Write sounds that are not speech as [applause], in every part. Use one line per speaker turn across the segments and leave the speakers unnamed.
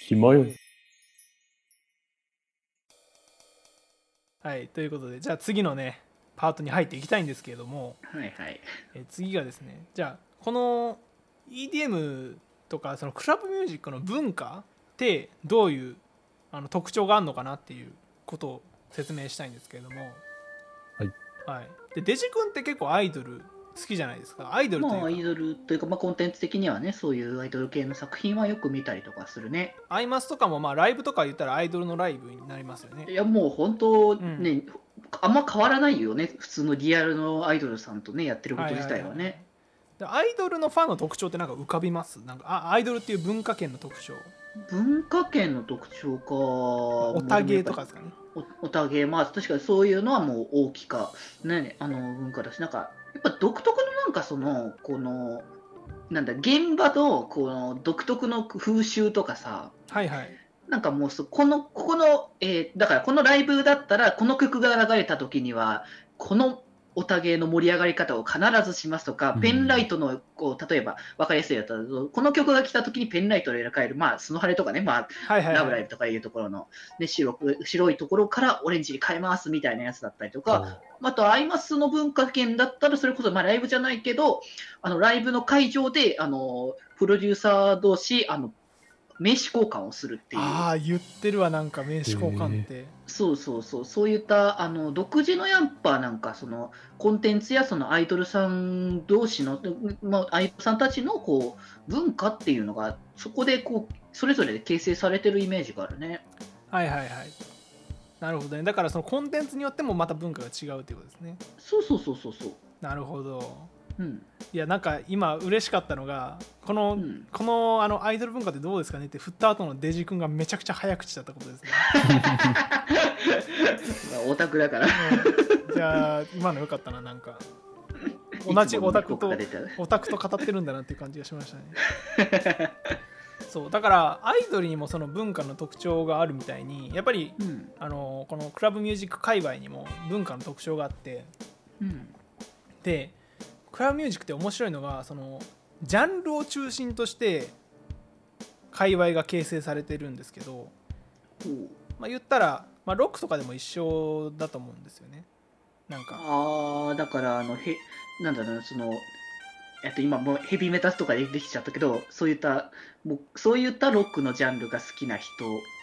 暇よ。
はい、ということで、じゃあ次のね、パートに入っていきたいんですけれども、
はいはい。
えー次がですね、じゃあこの EDM とかそのクラブミュージックの文化ってどういうあの特徴があるのかなっていうことを説明したいんですけれども、
はい
はい、でデジ君って結構アイドル好きじゃないですかアイドルと
まあ、ア
い
イ
うか
ドルというか、まあ、コンテンツ的にはね、そういうアイドル系の作品はよく見たりとかするね。
アイマスとかもまあライブとか言ったらアイドルのライブになりますよね
いや、もう本当
うん
ね、あんま変わらないよね、普通のリアルのアイドルさんとね、やってること自体はね。
でアイドルのファンの特徴ってなんか浮かびますなんかあアイドルっていう文化圏の特徴
文化圏の特徴か、
オ
お
タゲーとかですかね
おおたげ、まあ確かにそういうのはもう大きか、ね、あの文化だし、なんか、やっぱ独特のなんかその、この、なんだ、現場のこの独特の風習とかさ、
はいはい
なんかもうそ、この、ここの、えーだからこのライブだったら、この曲が流れた時には、このおたげの盛り上がり方を必ずしますとか、
うん
ペンライトの、こう、例えば、わかりやすいやつだと、この曲が来た時にペンライトを入れ替える、まあ、スノハレとかね、まあ、
はいはい、
ラブラ
は
イ
い、
ブとかいうところの、ね、白く白いところからオレンジに変えますみたいなやつだったりとか、あとアイマスの文化圏だったら、それこそ、まあ、ライブじゃないけど、あのライブの会場であのプロデューサー同士あの名刺交換をするっていう、
ああ言ってるわなんか名刺交換って、
そうそうそう、そういったあの独自のやっぱなんかそのコンテンツやそのアイドルさん同士の、まあ、アイドルさんたちのこう文化っていうのが、そこでこうそれぞれで形成されてるイメージがあるね。
はいはいはいなるほどねだからそのコンテンツによってもまた文化が違うっていうことですね
そうそうそうそうそう。
なるほど
うん
いやなんか今嬉しかったのがこの、
うん
このあのアイドル文化ってどうですかねって振った後のデジ君がめちゃくちゃ早口だったこと
[laughs]
ですね
オタクだから
うんじゃあ今のよかったななんか同じオタクと
いつもの広告が出てる
オタクと語ってるんだなっていう感じがしましたね [laughs] そうだからアイドルにもその文化の特徴があるみたいにやっぱり
うん
あのこのクラブミュージック界隈にも文化の特徴があって
うん
でクラブミュージックって面白いのがそのジャンルを中心として界隈が形成されてるんですけど、
ほう
まあ、言ったら、まあ、ロックとかでも一緒だと思うんですよねなんか
ああだからあのへなんだろうなそのえっと今もうヘビーメタスとかでできちゃったけどそういったもうそういったロックのジャンルが好きな人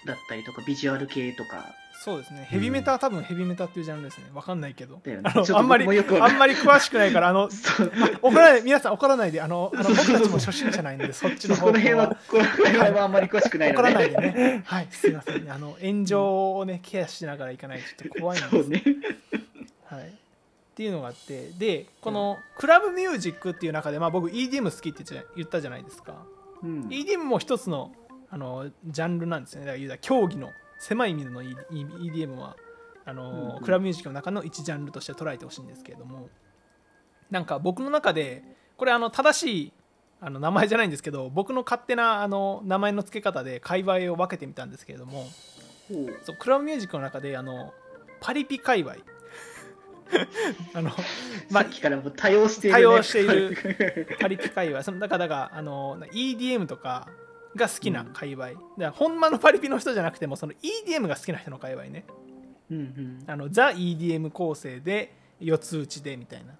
だったりとかビジュアル系とか
そうですねヘビメタは多分ヘビメタっていうジャンルですねわかんないけど
だよね
あの
ちょっと
あんまり
僕もよくわか
あ
ん
んまり詳しくないからあの
そう
怒らない皆さん怒らないであの
[laughs]
あの僕たちも初心者ないんでそっち
そ
の
こ
方
の辺
向
は
は
この辺はあんまり詳しくない
怒
の
らな
で、
いでね。はい、すいません、ね。あの炎上をねケアしながらいかないとちょっと怖いん
そ
で
う
す。
ね
はい。っていうのがあって、でこのクラブミュージックっていう中で、まあ僕 EDM 好きって言っちゃ言ったじゃないですか。
うん、
EDM も一つのあのジャンルなんですよね。だから言うたら競技の狭い意味での E- EDM はあ
うん
の、
うん
クラブミュージックの中の一ジャンルとして捉えてほしいんですけれども、なんか僕の中でこれあの正しいあの名前じゃないんですけど、僕の勝手なあの名前の付け方で界隈を分けてみたんですけれども、
ほう
そうクラブミュージックの中であのパリピ界隈 [laughs] あのま
さ
あ
っきからもう多様している、
多
ね、
様しているパリピ界隈そのだからだからあの EDM とかが好きな界隈、だからほんまのパリピの人じゃなくてもその EDM が好きな人の界隈ね
[laughs] うんうん
あのザ・ EDM 構成で四つ打ちでみたいな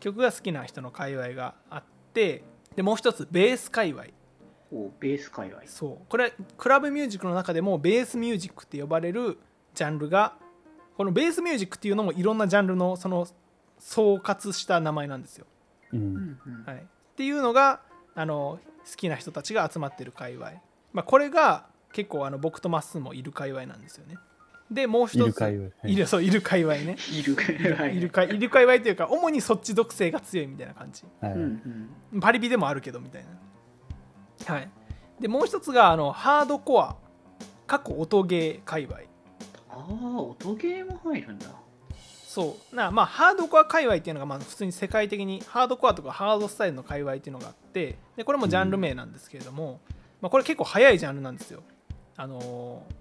曲が好きな人の界隈があってでもう一つベース界隈
ほうベース界隈
そうこれはクラブミュージックの中でもベースミュージックって呼ばれるジャンルがこのベースミュージックっていうのもいろんなジャンルのその総括した名前なんですよ、
う。
うんんうん
はい、っていうのがあの好きな人たちが集まってる界隈、まあ、これが結構あの僕とまっすーもいる界隈なんですよねでもう一
い
つ
る会話。はい
いるそういる界隈ね
[laughs] いる界隈
いるかいる界隈というか主にそっち属性が強いみたいな感じ
はい
うんうん
パリピでもあるけどみたいなはいでもう一つがあのハードコア過去音ゲー界隈
ああ、音ゲーも入るんだ。
そうなまあハードコア界隈っていうのがまあ普通に世界的にハードコアとかハードスタイルの界隈っていうのがあってでこれもジャンル名なんですけれども、まあ、これ結構早いジャンルなんですよあのー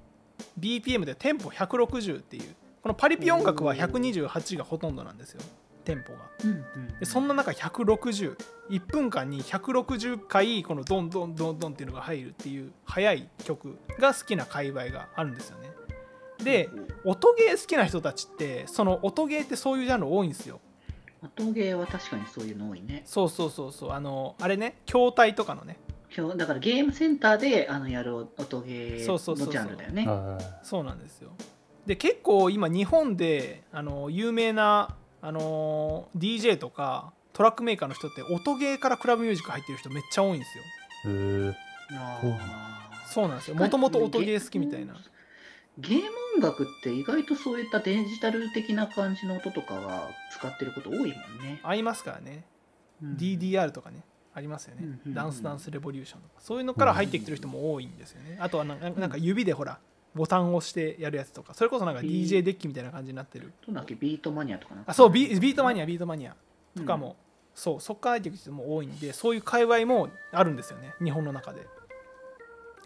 BPM でテンポ160っていうこのパリピ音楽は128がほとんどなんですよ店舗が
うん
でそんな中1601分間に160回このドンドンドンドンっていうのが入るっていう速い曲が好きな界隈があるんですよねで音ゲー好きな人たちってその音ゲーってそういうジャンル多いんですよ
音ゲーは確かにそういうの多いね
そうそうそうそうあのあれね筐体とかのね
今日だからゲームセンターであのやる音ゲー
そうそうそうそう
のジャンルだよね
あ
そうなんですよで結構今日本であの有名なあの DJ とかトラックメーカーの人って音ゲーからクラブミュージック入ってる人めっちゃ多いんですよ
ーへえ
あー
そうなんですよもともと音ゲー好きみたいな
ゲーム音楽って意外とそういったデジタル的な感じの音とかは使ってること多いもんね。
合いますからね
うん、
DDR とかねありますよね、
うんうん
ダンスダンスレボリューションとかそういうのから入ってきてる人も多いんですよねあとはなんかなんか指でほらボタンを押してやるやつとかそれこそなんか
うん
DJ デッキみたいな感じになってる
どんだっけビートマニアとかなんか
あそうビビートマニアビートマニアとかも、そうそっから入ってくる人も多いんでそういう界隈もあるんですよね日本の中で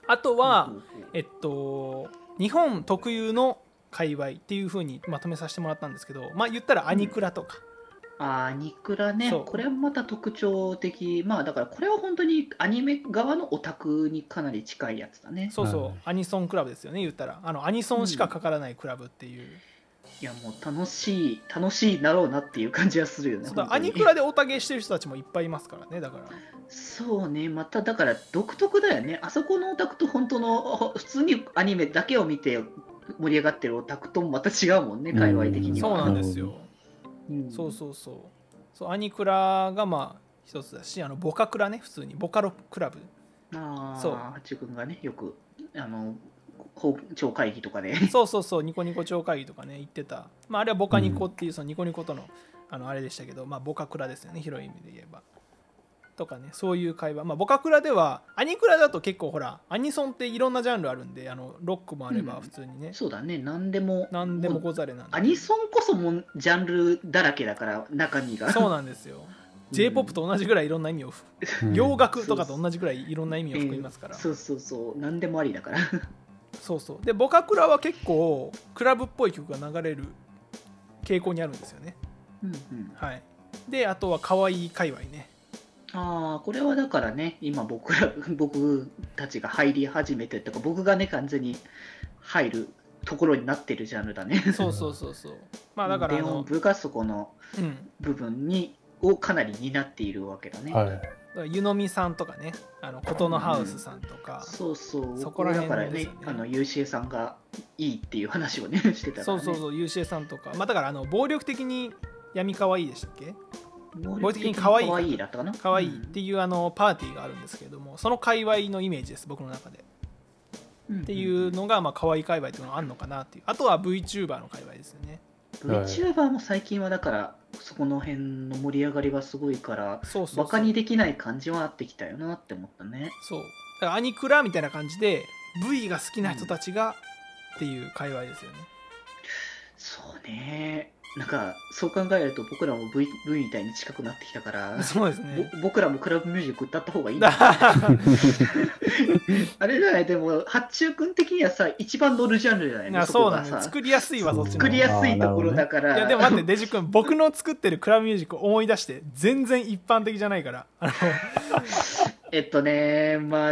あとは、
うんうんうん
えっと日本特有の界隈っていう風にまとめさせてもらったんですけどまあ言ったらアニクラとか、
あーニクラね
そう
これはまた特徴的まあだからこれは本当にアニメ側のオタクにかなり近いやつだね
そうそう、
はい
アニソンクラブですよね言ったらあのアニソンしかかからないクラブっていう、
いやもう楽しい楽しいだろうなっていう感じがするよね
そうだ
本当
ア
に
ニクラでオタゲしてる人たちもいっぱいいますからねだから
そうねまただから独特だよねあそこのオタクと本当のほ普通にアニメだけを見て盛り上がってるオタクともまた違うもんね
うん
界隈的に
そ
は
うなんですよ、
うん
そうそうそうそうアニクラがまあ一つだしあのボカクラね普通にボカロクラブ
あ
そう
あ八君がねよくあの公聴会議と
[laughs]
かで
そうそうそうニコニコ超会議とかね行ってた、まあ、あれはボカニコっていうそのニコニコとのあのあれでしたけど、まあ、ボカクラですよね広い意味で言えば。とかねそういう会話、まあ、ボカクラではアニクラだと結構ほらアニソンっていろんなジャンルあるんであのロックもあれば
うん
普通にね、
そうだね何でも
何でも
もう
ござれなんで
アニソンこそもうジャンルだらけだから中身が
そうなんですよ j p o p と同じぐらいいろんな意味を含 [laughs]
うん
洋楽とかと同じぐらいいろんな意味を含みますから、
そうそうそう何でもありだから
そうそうでボカクラは結構クラブっぽい曲が流れる傾向にあるんですよね
うん、うん、
はいであとは可愛い界隈ね
ああこれはだからね今僕ら [laughs] 僕たちが入り始めてとか僕がね完全に入るところになってるジャンルだね
そうそうそうそう
[laughs]
まあだからあ
電音
の、
部がそこの
うん、だ
部分にをかなり担っているわけだね、
はい
[laughs] から湯飲みさんとかねあの琴のハウスさんとか、
そうそう
そこら辺
だからね
ですよね
あの UCA さんがいいっていう話をねしてたか
そ
ら、
う
ね、
そうそう UCA さんとかまあだからあの暴力的に闇可愛いでしたっけ
能
合理的
力的
に
に
可
可
愛い
愛いだったかな
可愛いっていうあのパーティーがあるんですけれどもその界隈のイメージです僕の中で
うん
っていうのがまあ可愛い界隈っていうのがあるのかなっていうあとは VTuber の界隈ですよね
うん VTuber も最近はだからそこの辺の盛り上がりがすごいから
そうそう
バ
そ
カ
う
にできない感じはあってきたよなって思ったね
そうだからアニクラみたいな感じで V が好きな人たちがっていう界隈ですよね、
そうねなんかそう考えると僕らも V, v みたいに近くなってきたから、
そうですね
ぼ僕らもクラブミュージック歌った方がいいな
[laughs] あ
あれじゃないでも八中君的にはさ一番乗るジャンルじゃないの
そう
こ
な
が
んです
さ
作りやすいわそっちの
作
方が
り
い
やすいところだから、
やでも待ってデジ君僕の作ってるクラブミュージックを思い出して全然一般的じゃないからあの
えっとねまあ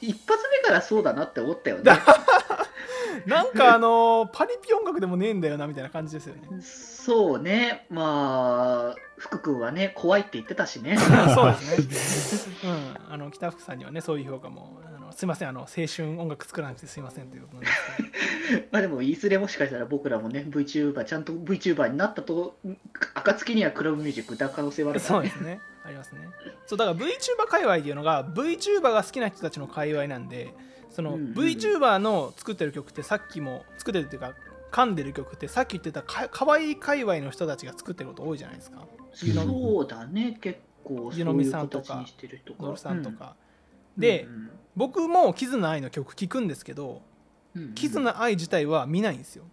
一発目からそうだなって思ったよね
なんかあのパリピ音楽でもねえんだよなみたいな感じですよね
そうねまあ福君はね怖いって言ってたしね
[laughs] そうですね、うん、あの北福さんにはねそういう評価もあのすいませんあの青春音楽作らなくてすいませんということなんですけど
まあでもいずれもしかしたら僕らもね VTuber ちゃんと VTuber になったと暁にはクラブミュージック歌う可能性はあ [laughs] るから
そうですね。ありますね。そうだから VTuber 界隈っていうのが VTuber が好きな人たちの界隈なんで、その
うんうん
VTuber の作ってる曲ってさっきも作ってるっていうか噛んでる曲ってさっき言ってたかかわいい界隈の人たちが作ってること多いじゃないですか。
そうだね、結構そう
湯飲み
いう
さんとか
形にしてる人が
ドルさんとか。
うん
で、
うん
僕もキズナアイの曲聴くんですけど、
うんうん
キズナアイ自体は見ないんですよ。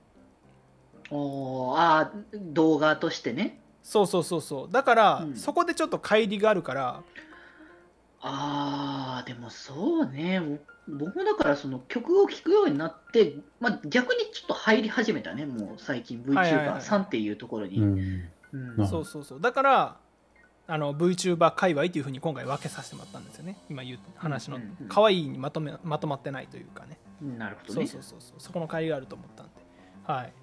おーあー動画としてね
そうそうそうそう。だから、
うん
そこでちょっと乖離があるから、
あーでもそうね僕もだからその曲を聴くようになって、まあ、逆にちょっと入り始めたねもう最近
はいはいはい
VTuber さんっていうところに、
うん
うん
なるほど
そうそうそうだからあの VTuber 界隈というふうに今回分けさせてもらったんですよね今言う話の
うんうんうん
可愛いにまとめまとまってないというかね
うんなるほど
そ
ね
うそうそうそうそこの会があると思ったんではい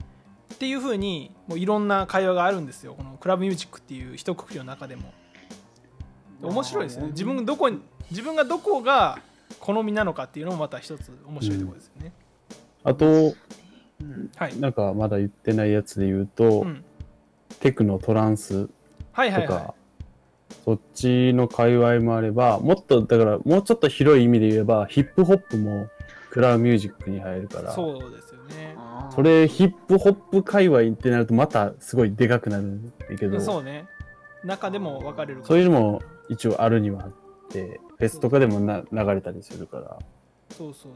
っていうふうにもういろんな会話があるんですよこのクラブミュージックっていう一括りの中でも面白いですね自分どこに自分がどこが好みなのかっていうのもまた一つ面白いところですよね、
あと、
うん
はい、
なんかまだ言ってないやつで言うと、
うん、
テクノトランス
はい
と
は
か、
いは
そっちの界隈もあれば、もっと、だから、もうちょっと広い意味で言えば、ヒップホップもクラウミュージックに入るか
い
ら、
そうですよね
あー
それ、ヒップホップ界隈ってなると、またすごいでかくなるんだけど、
そうね中でも分かれる
そういうのも一応あるにはあって、フェスとかでもな流れたりするから、
そうそうそうそう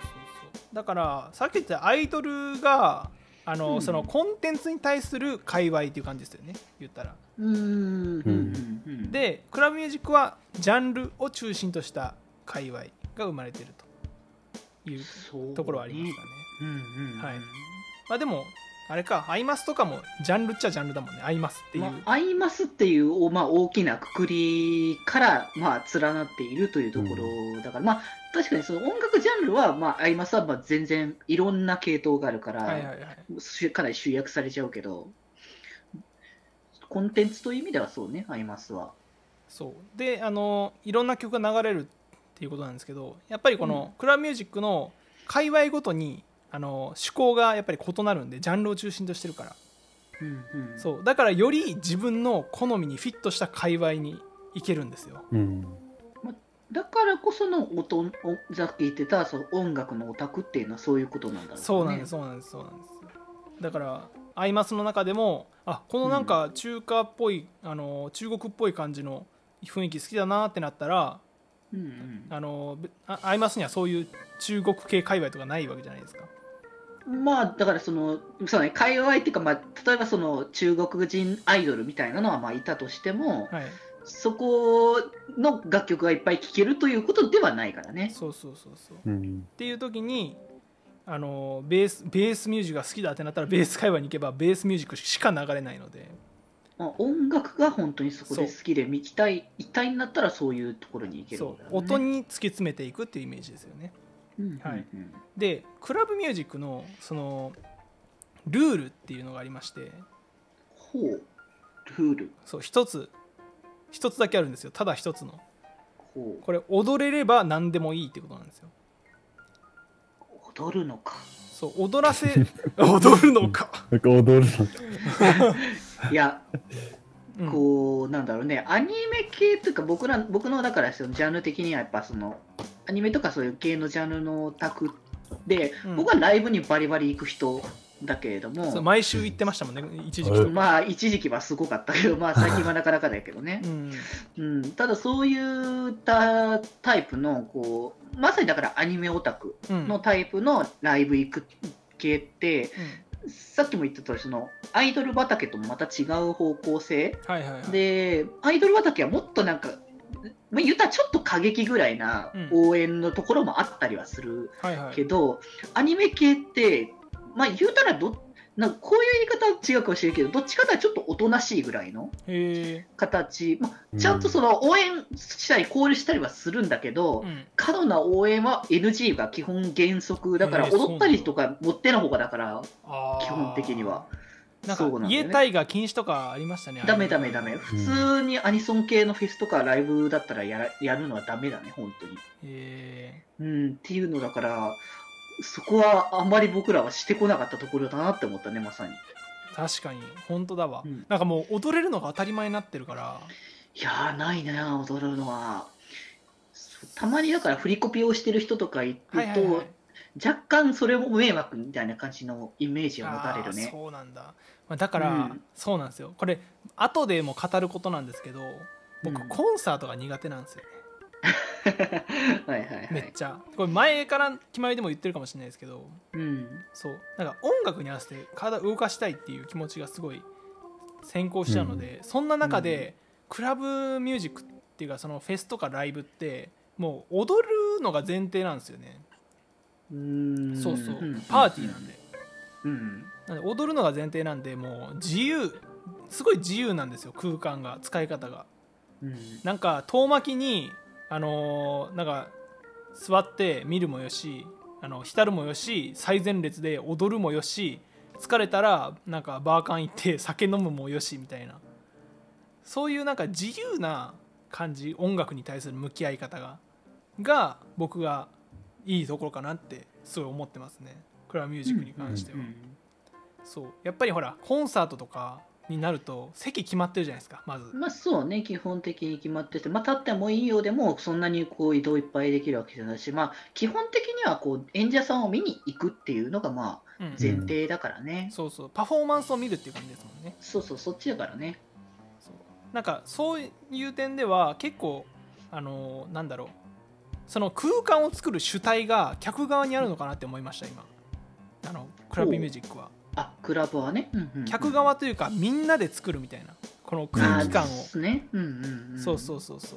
だからさっき言ったアイドルがあの、
うん
そのコンテンツに対する界隈っていう感じですよね言ったら
うんうんうんうん
でクラブミュージックはジャンルを中心とした界隈が生まれてるという
そう
ところはありますかね
うんうん
はいまあでもあれかアイマスとかもジャンルっちゃジャンルだもんねアイマスっていう、
まあ、アイマスっていう、おまあ、大きなくくりから、まあ、連なっているというところだから、まあ、確かにその音楽ジャンルは、まあ、アイマスはまあ全然いろんな系統があるから、
はいはいはい
しかなり集約されちゃうけど、コンテンツという意味ではそうね、アイマスは。
そうであのいろんな曲が流れるっていうことなんですけどやっぱりこのクラブミュージックの界隈ごとにあの趣向がやっぱり異なるんでジャンルを中心としてるから
うんうん、
そうだからより自分の好みにフィットした界隈に行けるんですよ
うん。
だからこその音おさっき言ってたその音楽のオタクっていうのはそういうことなんだろうね。
そうなんですそうなんですそうなんですだからアイマスの中でもあこのなんか中華っぽい、あの中国っぽい感じの雰囲気好きだなってなったら
うんうん
あのぶあアイマスにはそういう中国系界隈とかないわけじゃないですか
まあだからそのそうね界隈っていうかまあ例えばその中国人アイドルみたいなのはまあいたとしても
はい
そこの楽曲がいっぱい聴けるということではないからね。
そうそうそうそう
うん。
っていう時にあのベースベースミュージックが好きだってなったらベース界隈に行けばベースミュージックしか流れないので
まあ、音楽が本当にそこで
そ
好きで見たい一体になったらそういうところに行けるん
そ
だ
う
よね。
音に突き詰めていくっていうイメージですよね
うんうんうん
はいでクラブミュージックのそのルールっていうのがありまして
ほうルール
そう一つ一つだけあるんですよただ一つの
ほ
これ踊れれば何でもいいってことなんですよ
う踊るのか。
そう踊ら
[laughs]
せ踊るのか
なんか踊る
いや
うん
こうなんだろうねアニメ系というか僕ら僕のだからそのジャンル的にはやっぱそのアニメとかそういう系のジャンルのオタクで、
うん
僕はライブにバリバリ行く人だけれど
そう
も
毎週行ってましたもんね一時
う
期と
ん
か、
まあ一時期はすごかったけどまあ最近はなかなかだけどね
[laughs] う、ん、
うん、ただそういったタイプのこうまさにだからアニメオタク
うん
のタイプのライブ行く系って
うん
さっきも言った通りそのアイドル畑ともまた違う方向性
はいはいはい
でアイドル畑はもっとなんか、まあ、言ったらちょっと過激ぐらいな応援のところもあったりはする
はいはい
けど、アニメ系って、まあ、言うたらどなんかこういう言い方は違うかもしれないけどどっちかというとちょっとおとなしいぐらいの
へえ
形、まあ、
の。
ちゃんとその応援したり交流したりはするんだけど、
うん
過度な応援は NG が基本原則だから
へえ
踊ったりとか持ってのほかだから
あー
基本的には
なん
そうな
か
んだよ
家
ね
対が禁止とかありましたね
ダメダメダメ普通にアニソン系のフェスとかライブだったらやらやるのはダメだね本当に
え
うんっていうのだからそこはあんまり僕らはしてこなかったところだなって思ったねまさに
確かに本当だわ、
うん
なんかもう踊れるのが当たり前になってるから
いやーないね踊るのはそうたまにだから振りコピをしてる人とかいると、
はいはいはい
若干それも迷惑みたいな感じのイメージを持たれる
あー
ね
そうなんだ、まあ、だから、
うん
そうなんですよこれ後でも語ることなんですけど僕、
うん
コンサートが苦手なんですよね
[laughs] はいはいは
めっ
い
ちゃこれ前から決まりでも言ってるかもしれないですけど
うん
そうなんか音楽に合わせて体を動かしたいっていう気持ちがすごい先行しちゃうので、そんな中で、クラブミュージックっていうかそのフェスとかライブってもう踊るのが前提なんですよね、
うーん
そうそうパーティーなんで、
うん
なんで踊るのが前提なんでもう自由すごい自由なんですよ空間が使い方が
うん
なんか遠巻きにあのーなんか座って見るもよしあの浸るもよし最前列で踊るもよし疲れたらなんかバーカン行って酒飲むもよしみたいなそういうなんか自由な感じ音楽に対する向き合い方がが僕がいいところかなってすごい思ってますねクラブミュージックに関しては、
うん
そうやっぱりほらコンサートとかになると席決まってるじゃないですかまず、
まあそうね、基本的に決まってて、まあ、立ってもいいようでも、そんなにこう移動いっぱいできるわけじゃないし、まあ、基本的にはこう演者さんを見に行くっていうのがま
う
あ
ん
前提だからね、
そうそうパフォーマンスを見るっていう感じですもんね
そうそう、そっちだからね。
そうなんかそういう点では結構あのーなんだろうその空間を作る主体が客側にあるのかなって思いました今あのクラブミュージックは
あクラブはね、うんうんうん
客側というかみんなで作るみたいなこの空気感を
あーですね、うんうんうん、
そうそうそうそ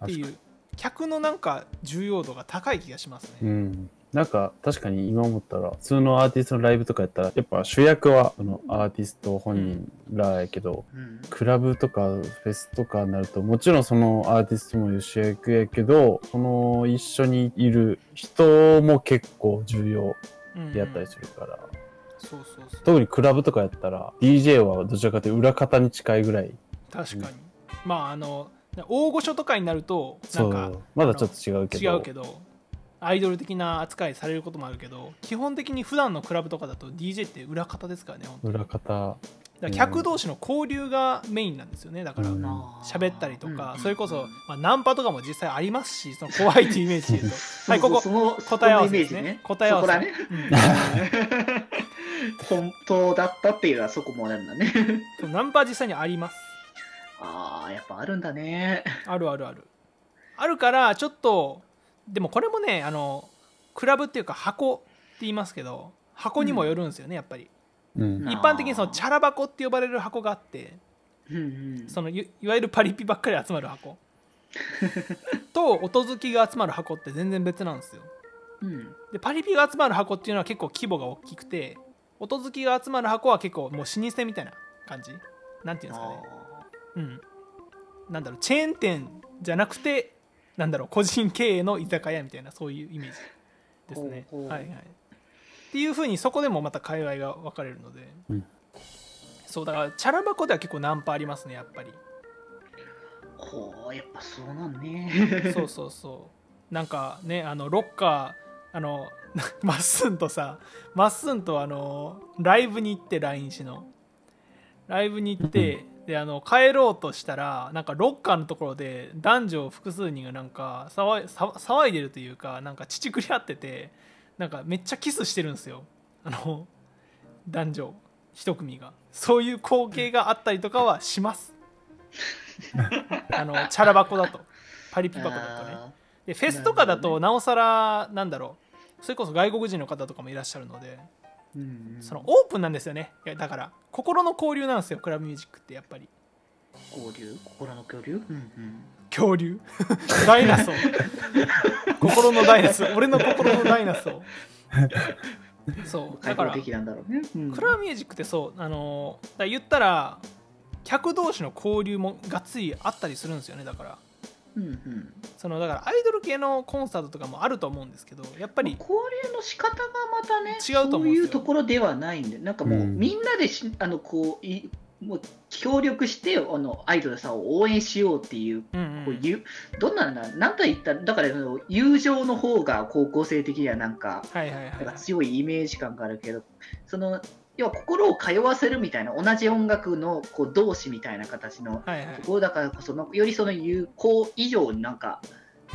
うっていう客のなんか重要度が高い気がします
う
ね
ん。なんか、確かに今思ったら、普通のアーティストのライブとかやったら、やっぱ主役は、あの、アーティスト本人らやけど、
うん
クラブとかフェスとかになると、もちろんそのアーティストも主役やけど、その一緒にいる人も結構重要
うん
でやったりするから、
そうそうそう
特にクラブとかやったら、DJ はどちらかというと裏方に近いぐらい。
確かにまああの大御所とかになるとな
そ
んか
う。まだちょっと違うけ
違
ど。
うけどアイドル的な扱いされることもあるけど基本的に普段のクラブとかだと DJ って裏方ですからね本当
裏方。
だから客同士の交流がメインなんですよねだから
うん
あー
喋ったりとか、
うん
それこそ、まあ、ナンパとかも実際ありますしその怖いっていうイメージで
[laughs]
言うとはいここ
そのそ
答え合わせ
そのイメ
です
ージ
ね
ね
答え合わせ
そこらね [laughs] 本当だったっていうのはそこもなんだね
そうナンパは実際にあります
ああやっぱあるんだね
あるあるあるあるからちょっとでもこれもねあのクラブっていうか箱って言いますけど箱にもよるんですよね、やっぱり
うん。
一般的にそのチャラ箱って呼ばれる箱があって
うんうん
そのいいわゆるパリピばっかり集まる
[laughs]
箱と音好きが集まる箱って全然別なんですよ
うん
でパリピが集まる箱っていうのは結構規模が大きくて音好きが集まる箱は結構もう老舗みたいな感じなんていうんですかねうんなんだろうチェーン店じゃなくてなんだろう個人経営の居酒屋みたいなそういうイメージですね
ほうほう
はいはいっていうふうにそこでもまた界隈が分かれるので、
うん
そうだからチャラ箱では結構ナンパありますねやっぱり
ほうやっぱそうなんね
そうそうそうなんかねあのロッカーあの [laughs] まっすんとさまっすんとあのライブに行って LINE しのライブに行ってであの帰ろうとしたらなんかロッカーのところで男女複数人がなんか騒い騒騒いでるというかなんか乳くり合っててなんかめっちゃキスしてるんですよあの男女一組がそういう光景があったりとかはしますあのチャラ箱だとパリピ箱だとね
あ
でフェスとかだ
なる
となおさらなんだろうそれこそ外国人の方とかもいらっしゃるので
ーうんうん
そのオープンなんですよねいやだから心の交流なんですよクラブミュージックってやっぱり
交流心の交流うんうん
恐竜 [laughs] ダイナ
[laughs]
ソー心のダイナソー俺の心のダイナソーそうだ
開
から
放的なんだろうねうん
クラブミュージックってそうあのーだから言ったら客同士の交流もがっつりあったりするんですよねだから
うんうん
そのだからアイドル系のコンサートとかもあると思うんですけどやっぱり
交流の仕方がまたね
違うと思うん
そう
ですよ
いうところではないんでなんかもう、
うん
みんなでしあのこういもう協力してあのアイドルさんを応援しようっていう。
うんう
こうんゆどんなのかななんと言ったらだからあの友情の方が高校生的にはなんか
はいはいは
なんか
い
強いイメージ感があるけどその要は心を通わせるみたいな同じ音楽のこう同士みたいな形の
はいはい
ところだからこそのよりその友好以上になんか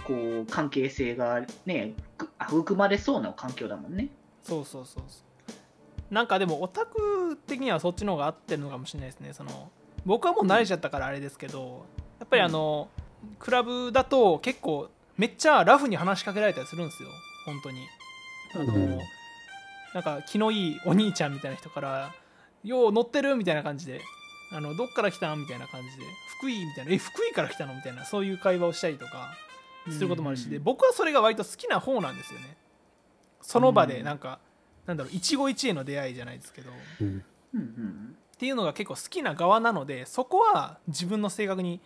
こう関係性がねぐ育まれそうな環境だもんね。
そうそうそうそうなんかでもオタク的にはそっちの方が合ってるのかもしれないですねその僕はもう慣れちゃったからあれですけどやっぱりあの、クラブだと結構めっちゃラフに話しかけられたりするんですよ本当にあの、
うん
なんか気のいいお兄ちゃんみたいな人から「よう乗ってる?」みたいな感じで「あのどっから来たん?」みたいな感じで「福井」みたいな「え福井から来たの?」みたいなそういう会話をしたりとかすることもあるし、
うん
で僕はそれが割と好きな方なんですよねその場でなんか、なんだろう一期一会の出会いじゃないですけどっ
うん
うんうん
っていうのが結構好きな側なのでそこは自分の性格に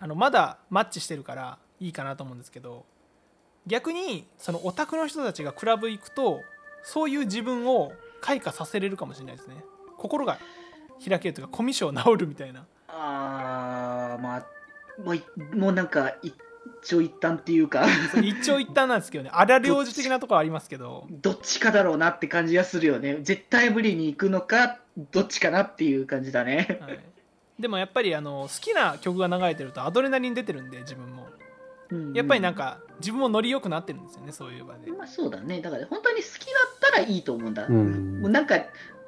あのまだマッチしてるからいいかなと思うんですけど逆にそのオタクの人たちがクラブ行くとそういう自分を開花させれるかもしれないですね心が開けるというかコミュ障治るみたいな
あーまあもういもうなんか一長一短っていうか [laughs]
そう一長一短なんですけどね荒領事的なところありますけど
どっちかだろうなって感じがするよね絶対無理に行くのかどっちかなっていう感じだね
はい、でもやっぱりあの好きな曲が流れてるとアドレナリン出てるんで自分もやっぱりなん
か、
か自分もノリ良くなってるんですよねそういう場で
まあ、そうだねだから本当に好きだったらいいと思うんだ、
うん
もうなんか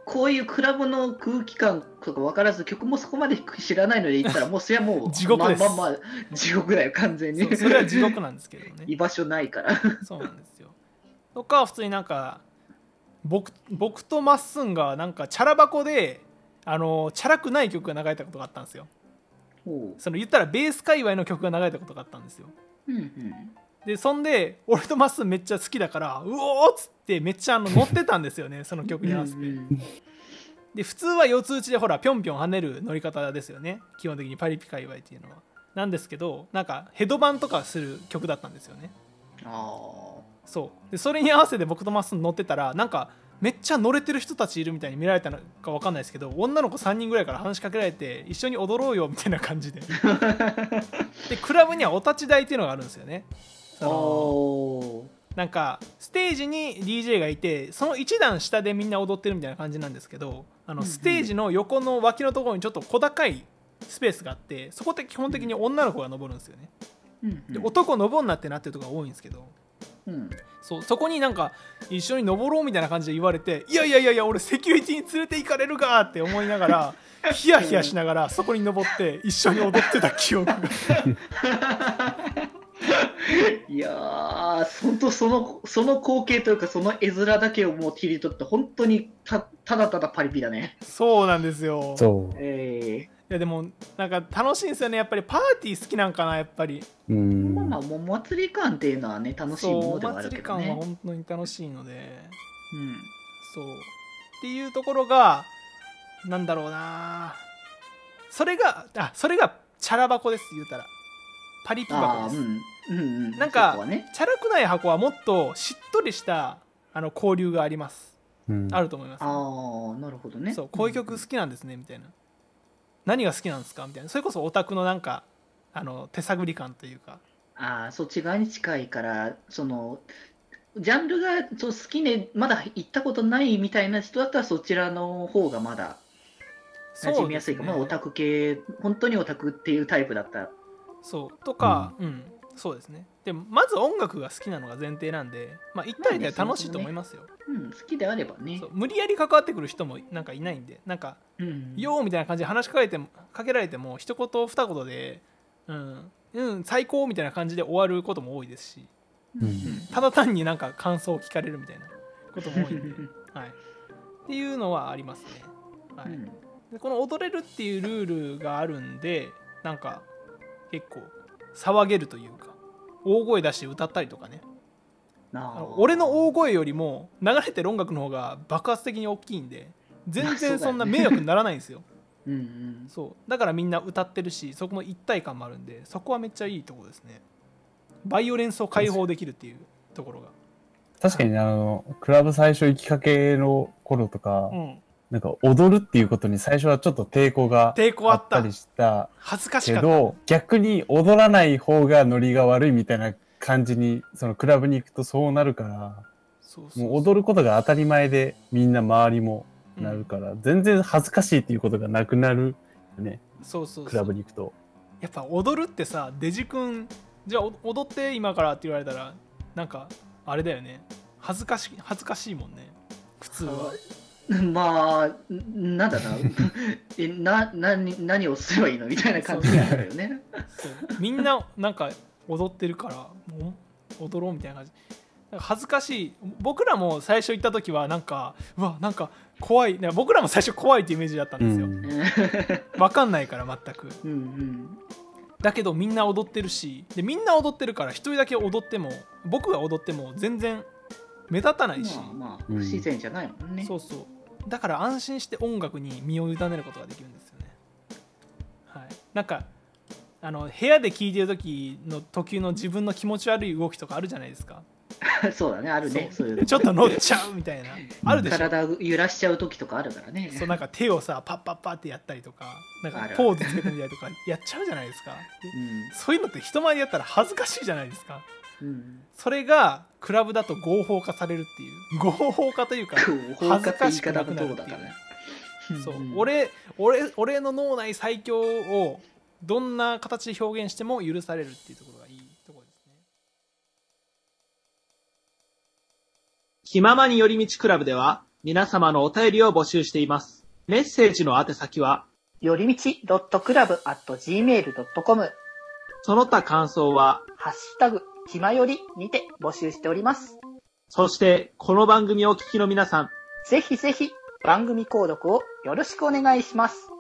こういうクラブの空気感とか分からず曲もそこまで知らないので行ったらもうそれはもう
[laughs] 地獄です
まあまあまあ地獄だよ完全に
そうそれは地獄なんですけどね
[laughs] 居場所な
[laughs]
いから
そうなんですよとか普通になんか僕僕とまっすんがなんかチャラ箱であのチャラくない曲が流れたことがあったんですよ
ほ
その言ったらベース界隈の曲が流れたことがあったんですよ
ううんうん
でそんで俺とまっすんめっちゃ好きだからうおーっつってめっちゃあの乗ってたんですよねその曲に合わせて、
うん
で普通は四つ打ちでほらぴょんぴょん跳ねる乗り方ですよね基本的にパリピ界隈っていうのはなんですけどなんかヘドバンとかする曲だったんですよね
あ
そうでそれに合わせて僕とマッスン乗ってたらなんかめっちゃ乗れてる人たちいるみたいに見られたのか分かんないですけど女の子3人ぐらいから話しかけられて一緒に踊ろうよみたいな感じででクラブにはお立ち台っていうのがあるんですよね
あ
その
お
なんかステージに DJ がいてその一段下でみんな踊ってるみたいな感じなんですけどあの
うんうん
ステージの横の脇のところにちょっと小高いスペースがあってそこって基本的に女の子が登るんですよねで男登んなってなってるとこが多いんですけど
うん [laughs]
そうそこになんか一緒に登ろうみたいな感じで言われていやいやいやいや俺セキュリティに連れて行かれるかって思いなが
[laughs]
らヒヤヒヤしながらそこに登って一緒に踊ってた記憶が
[laughs] いやー、本当その、その光景というか、その絵面だけをもう切り取って、本当にたただただパリピだね。
そうなんですよい
そ
え
やでもなんか楽しいんですよねやっぱりパーティー好きなんかなやっぱり
う。う
ー
ん。
まあ、もう祭り感っていうのはね、楽しい
そう
もの
お
ではある
祭
け
り
ど
感は
ね。
本当に楽しいので
うん
そうっていうところがなんだろうなそれがあそれがチャラ箱です言うたらパリピ箱
ああ、
で
う
す
ん。うんうん。
なんか
そこはね、
チャラくない箱はもっとしっとりしたあの交流があります、
うん
あると思います、
ああ、なるほどね。
そうこういう曲好きなんですねみたいな何が好きなんですかみたいなそれこそオタクのなんかあの手探り感というか
ああ、そっち側に近いから、その、ジャンルがそう好きで、まだ行ったことないみたいな人だったら、そちらの方がまだ馴染みやすいかも、まあオタク系、本当にオタクっていうタイプだったら。
そうとか、うんそうですねでもまず音楽が好きなのが前提なんで、まあ、一体で楽しいと思いますよ、
うん、好きであればね
そう。無理やり関わってくる人もなんかいないんでなんか
うん、
よーみたいな感じで話しかけてもかけられても一言二言でうん、うん、最高みたいな感じで終わることも多いですし
うん
ただ単になんか感想を聞かれるみたいなことも多いん
[laughs]
で、はい、っていうのはありますね、はい
うん
でこの踊れるっていうルールがあるんでなんか結構騒げるというか大声出して歌ったりとかねあ
あ
の俺の大声よりも流れてる音楽の方が爆発的に大きいんで全然そんな迷惑にならないんですよ
うん [laughs] うん、
そうだからみんな歌ってるしそこの一体感もあるんでそこはめっちゃいいとこですねバイオレンスを解放できるっていうところが
確かにね、あの、クラブ最初行きかけの頃とか、
うん
なんか踊るっていうことに最初はちょっと抵抗が
抵抗あ
あ
っ
ったたりした
恥ずかし
け
かった
ど、逆に踊らない方がノリが悪いみたいな感じに、そのクラブに行くとそうなるから、
そうそう
もう踊ることが当たり前でみんな周りもなるから、全然恥ずかしいっていうことがなくなるよね、
うんそうそうそう
クラブに行くと。
やっぱ踊るってさデジ君じゃあお踊って今からって言われたらなんかあれだよね恥ずかし恥ずかしいもんね普通は
まあ、んなんだ [laughs] ろうなえな何、何をすればいいのみたいな感じがあるよね。
そうみんななんか踊ってるからもう踊ろうみたいな感じなんか恥ずかしい僕らも最初行った時はなんかうわなんか怖いなんか僕らも最初怖いってイメージだったんですよ、
うん
わかんないから全く
うんうん
だけどみんな踊ってるしでみんな踊ってるから一人だけ踊っても僕が踊っても全然目立たないし、
まあまあ、
う
不
ん
自然じゃないもんね。
そうそうだから安心して音楽に身を委ねることができるんですよね。はい、なんかあの部屋で聴いてる時の時の自分の気持ち悪い動きとかあるじゃないですか。
[laughs] そうだね、あるね。
そ
そうういうの
ちょっと乗っちゃうみたいな。あるでしょ。
体揺らしちゃう時とかあるからね。
そうなんか手をさパッパッパってやったりとかなん
あ
か
るある
ポーズつけてみたりとかやっちゃうじゃないですか。で
うん
そういうのって人前でやったら恥ずかしいじゃないですか。
うん
それがクラブだと合法化されるっていう合法化というか
放火って言い方もどうだかね。
そう、
ん
俺俺俺の脳内最強をどんな形で表現しても許されるっていうところがいいところですね
気ままに寄り道クラブでは皆様のお便りを募集しています。メッセージの宛先は、
よりみち .club.gmail.com
その他感想は、
ハッシュタグ、ひまよりにて募集しております。
そしてこの番組をお聞きの皆さん、
ぜひぜひ番組購読をよろしくお願いします。